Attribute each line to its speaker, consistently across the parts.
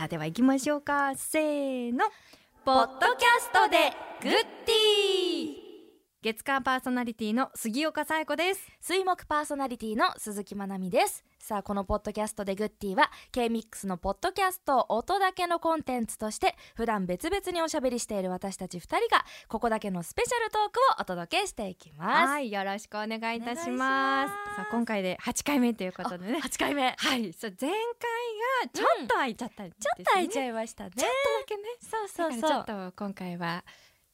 Speaker 1: あでは行きましょうかせーの
Speaker 2: ポッドキャストでグッディ
Speaker 1: 月間パーソナリティの杉岡紗友子です
Speaker 2: 水木パーソナリティの鈴木まなみですさあこのポッドキャストでグッディは K-MIX のポッドキャストを音だけのコンテンツとして普段別々におしゃべりしている私たち2人がここだけのスペシャルトークをお届けしていきます
Speaker 1: はいよろしくお願いいたします
Speaker 2: お願いします
Speaker 1: さあ今回で8回目ということでね
Speaker 2: 8回目
Speaker 1: はいそう前回がちょっと空いちゃったんです、ね
Speaker 2: ちょっと空いちゃ
Speaker 1: い
Speaker 2: いましたね
Speaker 1: ちょっとだけね
Speaker 2: そう
Speaker 1: だ
Speaker 2: そ
Speaker 1: か
Speaker 2: う
Speaker 1: ら
Speaker 2: そう
Speaker 1: ちょっと今回は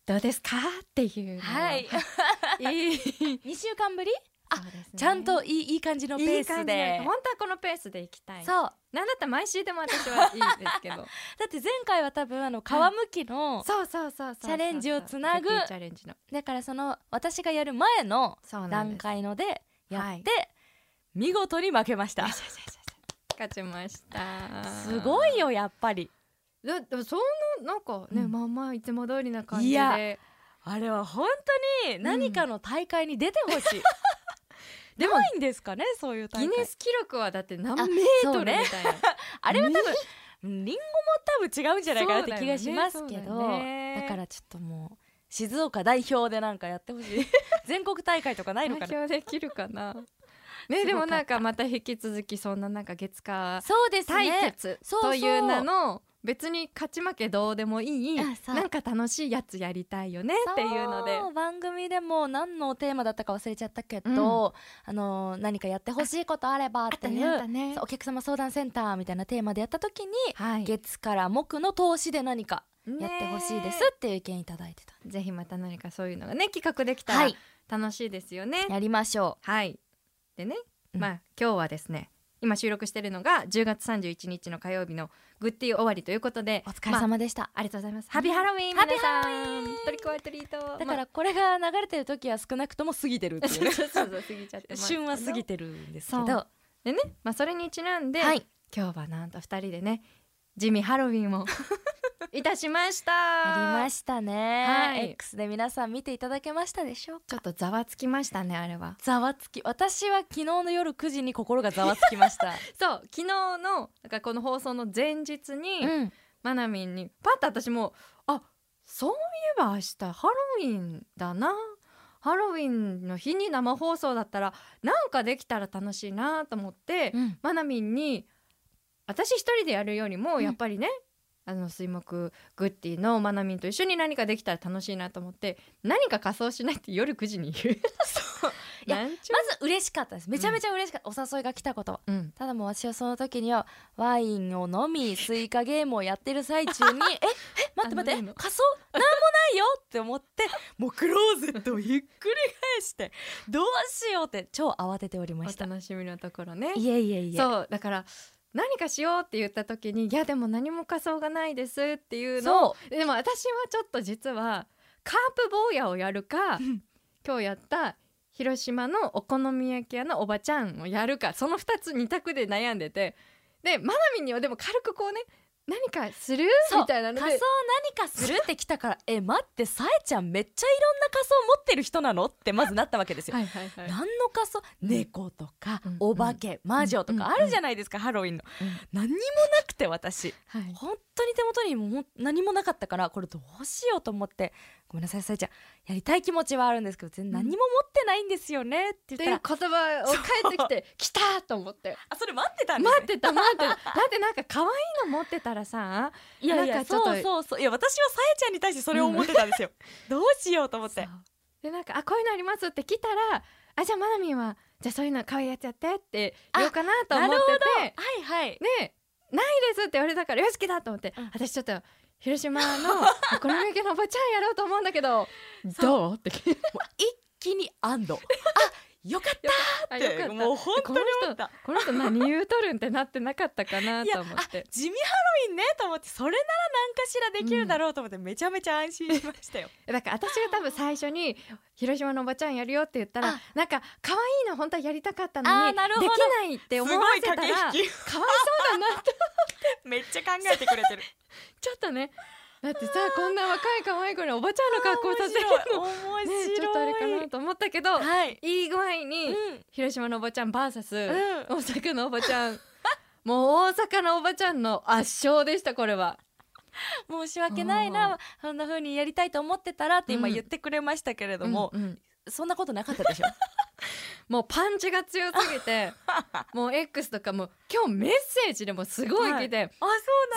Speaker 1: どうですかっていうのを
Speaker 2: はい
Speaker 1: いい
Speaker 2: 2週間ぶりあ
Speaker 1: そうですね
Speaker 2: ちゃんといいいい感じのペ
Speaker 1: い
Speaker 2: ー
Speaker 1: い感
Speaker 2: ス
Speaker 1: じで
Speaker 2: で
Speaker 1: 本当はこのペースで行きたい
Speaker 2: そう
Speaker 1: なんだったら毎週でも私はいいですけど
Speaker 2: だって前回は多分あの皮むきの、
Speaker 1: そうそうそうそうそう
Speaker 2: チャレンジをつなぐ
Speaker 1: グッディチャレンジの
Speaker 2: だからその私がやる前の
Speaker 1: そうなんで
Speaker 2: 段
Speaker 1: す
Speaker 2: 階のでやって
Speaker 1: はい
Speaker 2: 見事に負けました
Speaker 1: よしよしよしよし勝ちました
Speaker 2: すごいよやっぱり
Speaker 1: だでもそんななんかね、
Speaker 2: うん
Speaker 1: まあまあいつも通りな感じで
Speaker 2: いやあれは本当に何かの大会に出てほしい、
Speaker 1: でも
Speaker 2: ないんですかねそういう
Speaker 1: ギ
Speaker 2: 大会
Speaker 1: ネス記録はだって何メ
Speaker 2: あ
Speaker 1: ー
Speaker 2: そ
Speaker 1: トル
Speaker 2: う
Speaker 1: みたい
Speaker 2: ね
Speaker 1: な、
Speaker 2: あれは多分リンゴも多分違うんじゃないかなって気がしますけ
Speaker 1: そう
Speaker 2: ど
Speaker 1: だ
Speaker 2: だ,、
Speaker 1: よね
Speaker 2: か、らちょっともう静岡代表でなんかやってほ しい全国大会とかない
Speaker 1: 代
Speaker 2: のかな
Speaker 1: 表できるかな
Speaker 2: すごかっ
Speaker 1: ね
Speaker 2: た
Speaker 1: でもなんかまた引き続きそんななんか月火
Speaker 2: そうです
Speaker 1: 対
Speaker 2: ね
Speaker 1: 決
Speaker 2: そうそう
Speaker 1: という名の別に勝ち負けどうでもいい
Speaker 2: あそう
Speaker 1: なんか楽しいやつやりたいよねっていうので
Speaker 2: そう番組でも何のテーマだったか忘れちゃったけど、
Speaker 1: うん
Speaker 2: あの何かやってほしいことあればっていう
Speaker 1: ね
Speaker 2: そうお客様相談センターみたいなテーマでやった時に、
Speaker 1: はい
Speaker 2: 月から木の投資で何かやってほしいです
Speaker 1: ね
Speaker 2: っていう意見いただいてた、
Speaker 1: えぜひまた何かそういうのがね企画できた
Speaker 2: は
Speaker 1: ら
Speaker 2: い
Speaker 1: 楽しいですよね
Speaker 2: やりましょ
Speaker 1: はい。でね、
Speaker 2: うん
Speaker 1: まあ今日はですね、今収録してるのが10月31日の火曜日のグッディ終わりということで、
Speaker 2: うお疲れ
Speaker 1: まあ
Speaker 2: 様でした、
Speaker 1: ありがとうございます。ハッピーハロウィン
Speaker 2: ハッピ
Speaker 1: 皆
Speaker 2: ー
Speaker 1: さ
Speaker 2: ハロウィ
Speaker 1: ん
Speaker 2: ン。
Speaker 1: トリコはトリート。
Speaker 2: だか
Speaker 1: ま
Speaker 2: らこれが流れてる時は少なくとも過ぎてるって
Speaker 1: あ、
Speaker 2: い
Speaker 1: そう
Speaker 2: う
Speaker 1: そうそうそう過ぎちゃってますけど
Speaker 2: 旬は過ぎてるんですけど
Speaker 1: そうでね、まあそれにちなんで、
Speaker 2: はい
Speaker 1: 今日はなんと二人でね、地味ハロウィン をいたしました。
Speaker 2: やりま
Speaker 1: し
Speaker 2: したね、
Speaker 1: はい
Speaker 2: X で皆さん見ていただけましたでしょう
Speaker 1: ちょ
Speaker 2: か
Speaker 1: っとざわつきましたねあれは。
Speaker 2: ざわつき私は昨日の夜9時に心がざわつきました、
Speaker 1: そう昨日のなんかこの放送の前日に。
Speaker 2: うん、
Speaker 1: マナミンにパッと私もあそういえば明日ハロウィンだなハロウィンの日に生放送だったらなんかできたら楽しいなと思って、
Speaker 2: うん
Speaker 1: マナミンに私一人でやるよりも
Speaker 2: うん
Speaker 1: やっぱりね、あの水木グッディのマナミンと一緒に何かできたら楽しいなと思って何か仮装しないって夜9時に言う。
Speaker 2: いや
Speaker 1: なんちゅう
Speaker 2: まず嬉しかったですめちゃめちゃ嬉しかった、お誘いが来たこと
Speaker 1: うん、
Speaker 2: ただもう私はその時にはワインを飲みスイカゲームをやってる最 中にええ待って待
Speaker 1: あ
Speaker 2: っ
Speaker 1: 飲むの
Speaker 2: て仮装なんもないよって思ってもうクローゼットをひっくり返してどうしようって超慌てておりま
Speaker 1: お
Speaker 2: した
Speaker 1: 楽しみのところね。
Speaker 2: いえいえいえ
Speaker 1: そうだから何かしようって言った時に「いやでも何も仮装がないです」っていうのを
Speaker 2: そ
Speaker 1: でも私はちょっと実はカープ坊やをやるか
Speaker 2: ん
Speaker 1: 今日やった広島のお好み焼き屋のおばちゃんをやるかその2つ2択で悩んでてでマナミにはでも軽くこうね何かする
Speaker 2: そう
Speaker 1: みたいなの
Speaker 2: 仮
Speaker 1: で
Speaker 2: 装何かするって来たからえ待ってさえちゃんめっちゃいろんな仮装持ってる人なのってまずなったわけですよ
Speaker 1: はいはいはい
Speaker 2: 何の仮装猫とか
Speaker 1: うん
Speaker 2: お化け魔女と
Speaker 1: うん
Speaker 2: かあるじゃないですかハロウィンの
Speaker 1: うん
Speaker 2: 何にもなくて私
Speaker 1: はい
Speaker 2: 本当に手元にもう何もなかったからこれどうしようと思ってごめんなさいさえちゃんやりたい気持ちはあるんですけど全然何も持ってないんですよねって言
Speaker 1: っ
Speaker 2: ってた
Speaker 1: い
Speaker 2: ら、
Speaker 1: う言葉を返ってきて 「来た!」と思って
Speaker 2: あそれ待ってたんです、ね、
Speaker 1: 待ってた待ってただってなんか可愛いの持ってたらさ
Speaker 2: いやいや
Speaker 1: なんかちょっと
Speaker 2: そうそうそういや私はさえちゃんに対してそれを思ってたんです よ、どうしようと思って
Speaker 1: そうでなんか「あこういうのあります」って来たら「あじゃあまなみんはじゃあそういうの可愛いやつやって」って言おうかなと思ってて
Speaker 2: はいはい
Speaker 1: で「ないです」って言われたから「よし好きだ」と思って、
Speaker 2: うん
Speaker 1: 私ちょっと広島の お好み焼きのおばちゃんやろうと思うんだけどどうって聞いて
Speaker 2: 一気に安堵 あよかった
Speaker 1: あ
Speaker 2: ってもう本当に思った
Speaker 1: この人この人何言うとるんってなってなかったかない
Speaker 2: や
Speaker 1: と思って
Speaker 2: あ地味ハロウィンねと思ってそれなら何かしらできるだろうと思ってめちゃめちゃ安心しました よ、
Speaker 1: だから私が多分最初に「広島のおばちゃんやるよ」って言ったら
Speaker 2: あ
Speaker 1: なんか可愛いの本当はやりたかったの
Speaker 2: あー
Speaker 1: に
Speaker 2: なるほ
Speaker 1: で
Speaker 2: ど
Speaker 1: きないって思わせたらかわい
Speaker 2: 引き
Speaker 1: そうだなって
Speaker 2: めっちゃ考えてくれてる
Speaker 1: ちょっとねだってさこんな若い可愛い子におばちゃんの格好させるの
Speaker 2: 面白 い
Speaker 1: ね
Speaker 2: 面白い
Speaker 1: ちょっとあれかなと思ったけど、
Speaker 2: はい
Speaker 1: い、い具合に、
Speaker 2: うん
Speaker 1: 広島のおばちゃん VS、
Speaker 2: う
Speaker 1: 大阪のおばちゃん もう大阪のおばちゃんの圧勝でしたこれは
Speaker 2: 申し訳ない
Speaker 1: あー
Speaker 2: なそんな風にやりたいと思ってたらって今
Speaker 1: うん
Speaker 2: 言ってくれましたけれども、
Speaker 1: うんうん
Speaker 2: そんなことなかっ たでしょ
Speaker 1: もうパンチが強すぎて もう X とかも今日メッセージでもすごい来て、
Speaker 2: あ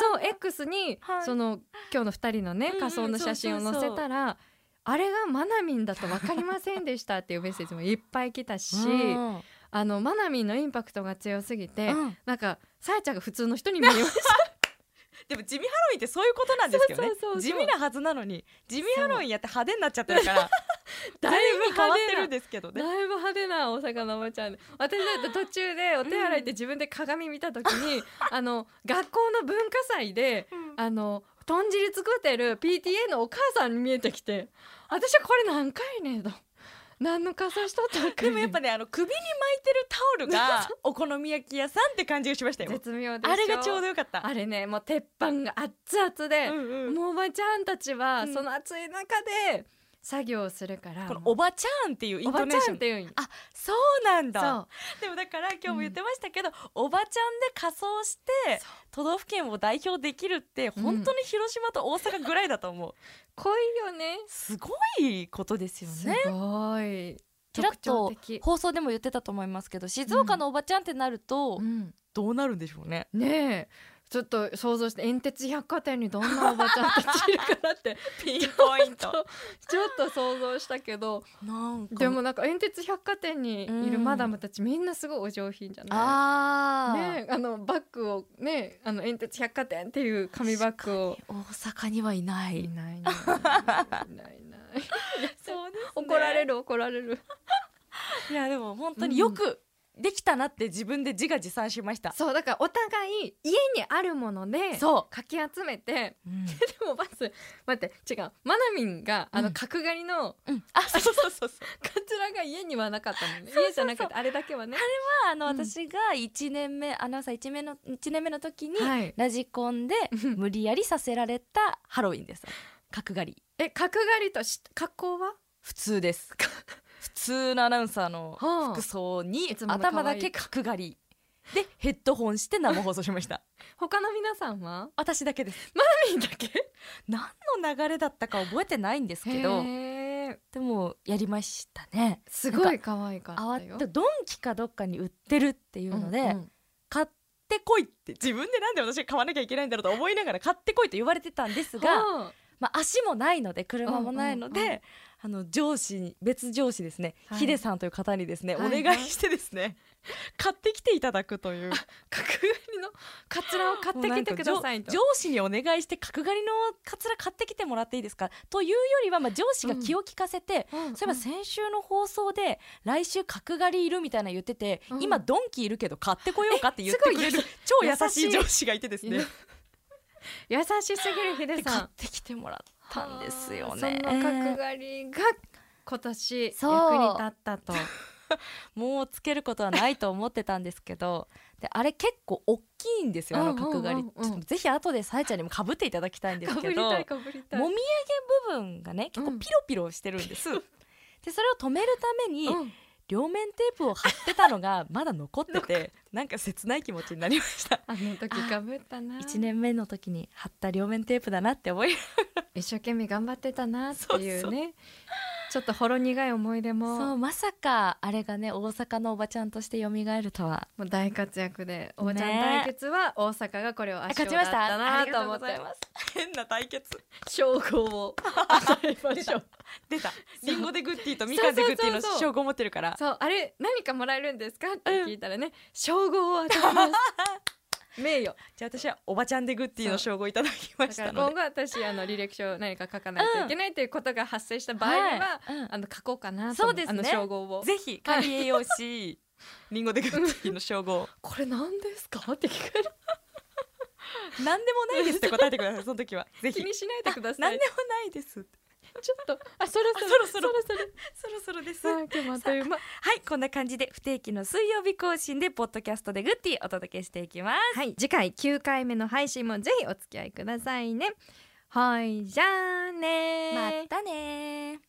Speaker 1: そう X に、
Speaker 2: はい
Speaker 1: その今日の2人のね
Speaker 2: うんうん
Speaker 1: 仮装の写真を載せたら、あれがマナミンだと分かりませんでしたっていうメッセージもいっぱい来たし、
Speaker 2: うん
Speaker 1: あのマナミンのインパクトが強すぎて、
Speaker 2: うん
Speaker 1: なんかさやちゃんが普通の人に見えました
Speaker 2: でも地味ハロウィンってそういうことなんですけどね
Speaker 1: そうそうそうそう
Speaker 2: 地味なはずなのに地味ハロウィンやって派手になっちゃってるから だいぶ変わってるんですけどね
Speaker 1: だいぶ派手な大阪のおばちゃんで私だって途中でお手洗いで自分で鏡見た時 に、あの学校の文化祭であの豚汁作ってる PTA のお母さんに見えてきて私はこれ何回ねえと何の仮装しとったか
Speaker 2: でもやっぱねあの首に巻いてるタオルがお好み焼き屋さんって感じがしました よ
Speaker 1: 絶妙でしょ
Speaker 2: あれがちょうどよかった
Speaker 1: あれねもう鉄板が熱々で
Speaker 2: う、んうん
Speaker 1: もうおばちゃんたちは、
Speaker 2: うん
Speaker 1: その暑い中で作業するから
Speaker 2: この
Speaker 1: もう
Speaker 2: おばちゃんっていうイ
Speaker 1: お
Speaker 2: ント
Speaker 1: ば
Speaker 2: ネ
Speaker 1: ち
Speaker 2: ー
Speaker 1: ゃ
Speaker 2: ショ
Speaker 1: んっ
Speaker 2: ン
Speaker 1: ていうん
Speaker 2: あそうなん
Speaker 1: そう
Speaker 2: だでもだから今日も言ってましたけど、おばちゃんで仮装して
Speaker 1: そ
Speaker 2: 都道府県を代表できるって本当に広島と大阪ぐらいだと思う、
Speaker 1: 濃いよね
Speaker 2: すごいことですよ
Speaker 1: す
Speaker 2: ね
Speaker 1: ごい
Speaker 2: ちらっ
Speaker 1: 特
Speaker 2: と
Speaker 1: 徴的、
Speaker 2: 放送でも言ってたと思いますけど静岡のおばちゃんってなると
Speaker 1: うん、
Speaker 2: どうなるんでしょうね、
Speaker 1: ねえちょっと想像して煙鉄百貨店にどんなおばちゃんたちいるかなって
Speaker 2: ピンポイン
Speaker 1: トちょっと想像したけど
Speaker 2: なんか
Speaker 1: でもなんか煙鉄百貨店にいるマダムたちみんなすごいお上品じゃない
Speaker 2: あー、
Speaker 1: ねえ、あのバッグをねあの煙鉄百貨店っていう紙バッグを
Speaker 2: 大阪にはいないい
Speaker 1: ないねいないいない
Speaker 2: そうです、ね
Speaker 1: 怒られる怒られる
Speaker 2: いやでも本当によくできたなって自分で自画自賛しました、
Speaker 1: そうだからお互い家にあるもので
Speaker 2: そ
Speaker 1: かき集めて
Speaker 2: う、
Speaker 1: でもまず待って違うマナミンがあ
Speaker 2: う
Speaker 1: の
Speaker 2: ん
Speaker 1: 角刈りの
Speaker 2: うんあそうそうそうそう
Speaker 1: カツラが家にはなかったもんね
Speaker 2: そうそうそう
Speaker 1: 家じゃなくてあれだけはね
Speaker 2: あの、
Speaker 1: うん
Speaker 2: 私が1年目アナウンサー1年目の一年目の時に、
Speaker 1: はい
Speaker 2: ラジコンで無理やりさせられたハロウィンです角刈り
Speaker 1: え角刈りとし格好は
Speaker 2: 普通です 普通のアナウンサーの
Speaker 1: はあ
Speaker 2: 服装に
Speaker 1: いつもの可愛い
Speaker 2: 頭だけ角刈りでヘッドホンして生放送しました
Speaker 1: 他の皆さんは
Speaker 2: 私だけです
Speaker 1: いいだけ
Speaker 2: 何の流れだったか覚えてないんですけど
Speaker 1: へー
Speaker 2: でもやりましたね
Speaker 1: すごい可愛か
Speaker 2: あわ
Speaker 1: った
Speaker 2: っ
Speaker 1: よ
Speaker 2: てドンキかどっかに売ってるっていうので、
Speaker 1: うんうん
Speaker 2: 買ってこいって自分でなんで私が買わなきゃいけないんだろうと思いながら買ってこいと言われてたんですが、
Speaker 1: はあ
Speaker 2: まあ、足もないので車もないので、
Speaker 1: うんうんう
Speaker 2: あの上司に別上司ですね、
Speaker 1: はい
Speaker 2: ヒデさんという方にですね、
Speaker 1: はいはい
Speaker 2: お願いしてですね、買ってきていただくという
Speaker 1: 角刈りのカツラを 買ってきてくださいと
Speaker 2: もうなんか上上司にお願いして角刈りのカツラ買ってきてもらっていいですかというよりは、まあ、上司が気を利かせて、
Speaker 1: うん
Speaker 2: そういえば先週の放送で来週角刈りいるみたいなの言ってて、
Speaker 1: うん
Speaker 2: 今ドンキいるけど買ってこようかって言ってくれ
Speaker 1: えすごい
Speaker 2: る 超
Speaker 1: 優
Speaker 2: 優
Speaker 1: しい
Speaker 2: しい上司がいてですね
Speaker 1: い優しすぎるヒ
Speaker 2: で
Speaker 1: デ
Speaker 2: 買
Speaker 1: さん
Speaker 2: ってきてもらったんですよ
Speaker 1: は
Speaker 2: ね
Speaker 1: あその角刈りが今年役
Speaker 2: そう
Speaker 1: に立ったと
Speaker 2: もうつけることはないと思ってたんですけどであれ結構大きいんですよあの角刈
Speaker 1: うんう
Speaker 2: り
Speaker 1: んうんうん
Speaker 2: ちょっとぜひ後でさえちゃんにもかぶっていただきたいんです
Speaker 1: かぶ
Speaker 2: け
Speaker 1: り
Speaker 2: ど
Speaker 1: たいかぶりたい
Speaker 2: もみあげ部分がね結構ピロピロしてる んです、でそれを止めるために
Speaker 1: うん
Speaker 2: 両面テープを貼ってたのがまだ残って てなんか切ない気持ちになりました
Speaker 1: あの時かぶったな
Speaker 2: 1年目の時に貼った両面テープだなって思い
Speaker 1: 一生懸命頑張ってたなってい
Speaker 2: そうう
Speaker 1: ねちょっとほろ苦い思い出
Speaker 2: そ
Speaker 1: も
Speaker 2: うまさかあれがね大阪のおばちゃんとして蘇るとは
Speaker 1: もう大活躍でおばちゃん
Speaker 2: ね
Speaker 1: 対決は大阪がこれを圧
Speaker 2: 勝
Speaker 1: 勝
Speaker 2: ち
Speaker 1: だ
Speaker 2: ま
Speaker 1: っ
Speaker 2: したた
Speaker 1: なと思
Speaker 2: 思
Speaker 1: っ
Speaker 2: っててます変な対決
Speaker 1: 称号を 与えましょう
Speaker 2: 出た
Speaker 1: う
Speaker 2: リンゴでグッティとみかんでグッティの
Speaker 1: そうそうそうそう
Speaker 2: 称号持ってるから
Speaker 1: そうあれ何かもらえるんですかって聞いたらね称号を与えます 名誉
Speaker 2: じゃあ私はおばちゃんでグッティの称号いただきま
Speaker 1: だ
Speaker 2: し
Speaker 1: から
Speaker 2: た
Speaker 1: 今
Speaker 2: の
Speaker 1: 後
Speaker 2: で
Speaker 1: 私あの履歴書何か書かないといけないということが発生した場合には、
Speaker 2: はいうん
Speaker 1: あの書こうかなと
Speaker 2: そ
Speaker 1: 思
Speaker 2: うです
Speaker 1: あ
Speaker 2: ね
Speaker 1: の称号を
Speaker 2: ぜひカリエヨシリンゴでグッティの称号
Speaker 1: これ何ですかって聞かれる
Speaker 2: 何でもないですって答えてくださいその時はぜひ
Speaker 1: 気にしないでくださ
Speaker 2: 何
Speaker 1: い
Speaker 2: でもないです
Speaker 1: ちょっとあそろそろ
Speaker 2: あそろそろ
Speaker 1: そろ
Speaker 2: そろそろです
Speaker 1: そろ
Speaker 2: は
Speaker 1: あ今日もあっという間
Speaker 2: いこんな感じで不定期の水曜日更新でポッドキャストでグッティお届けしていきます
Speaker 1: はい、次回9回目の配信もぜひお付き合いくださいね。はい、じゃあねー
Speaker 2: たね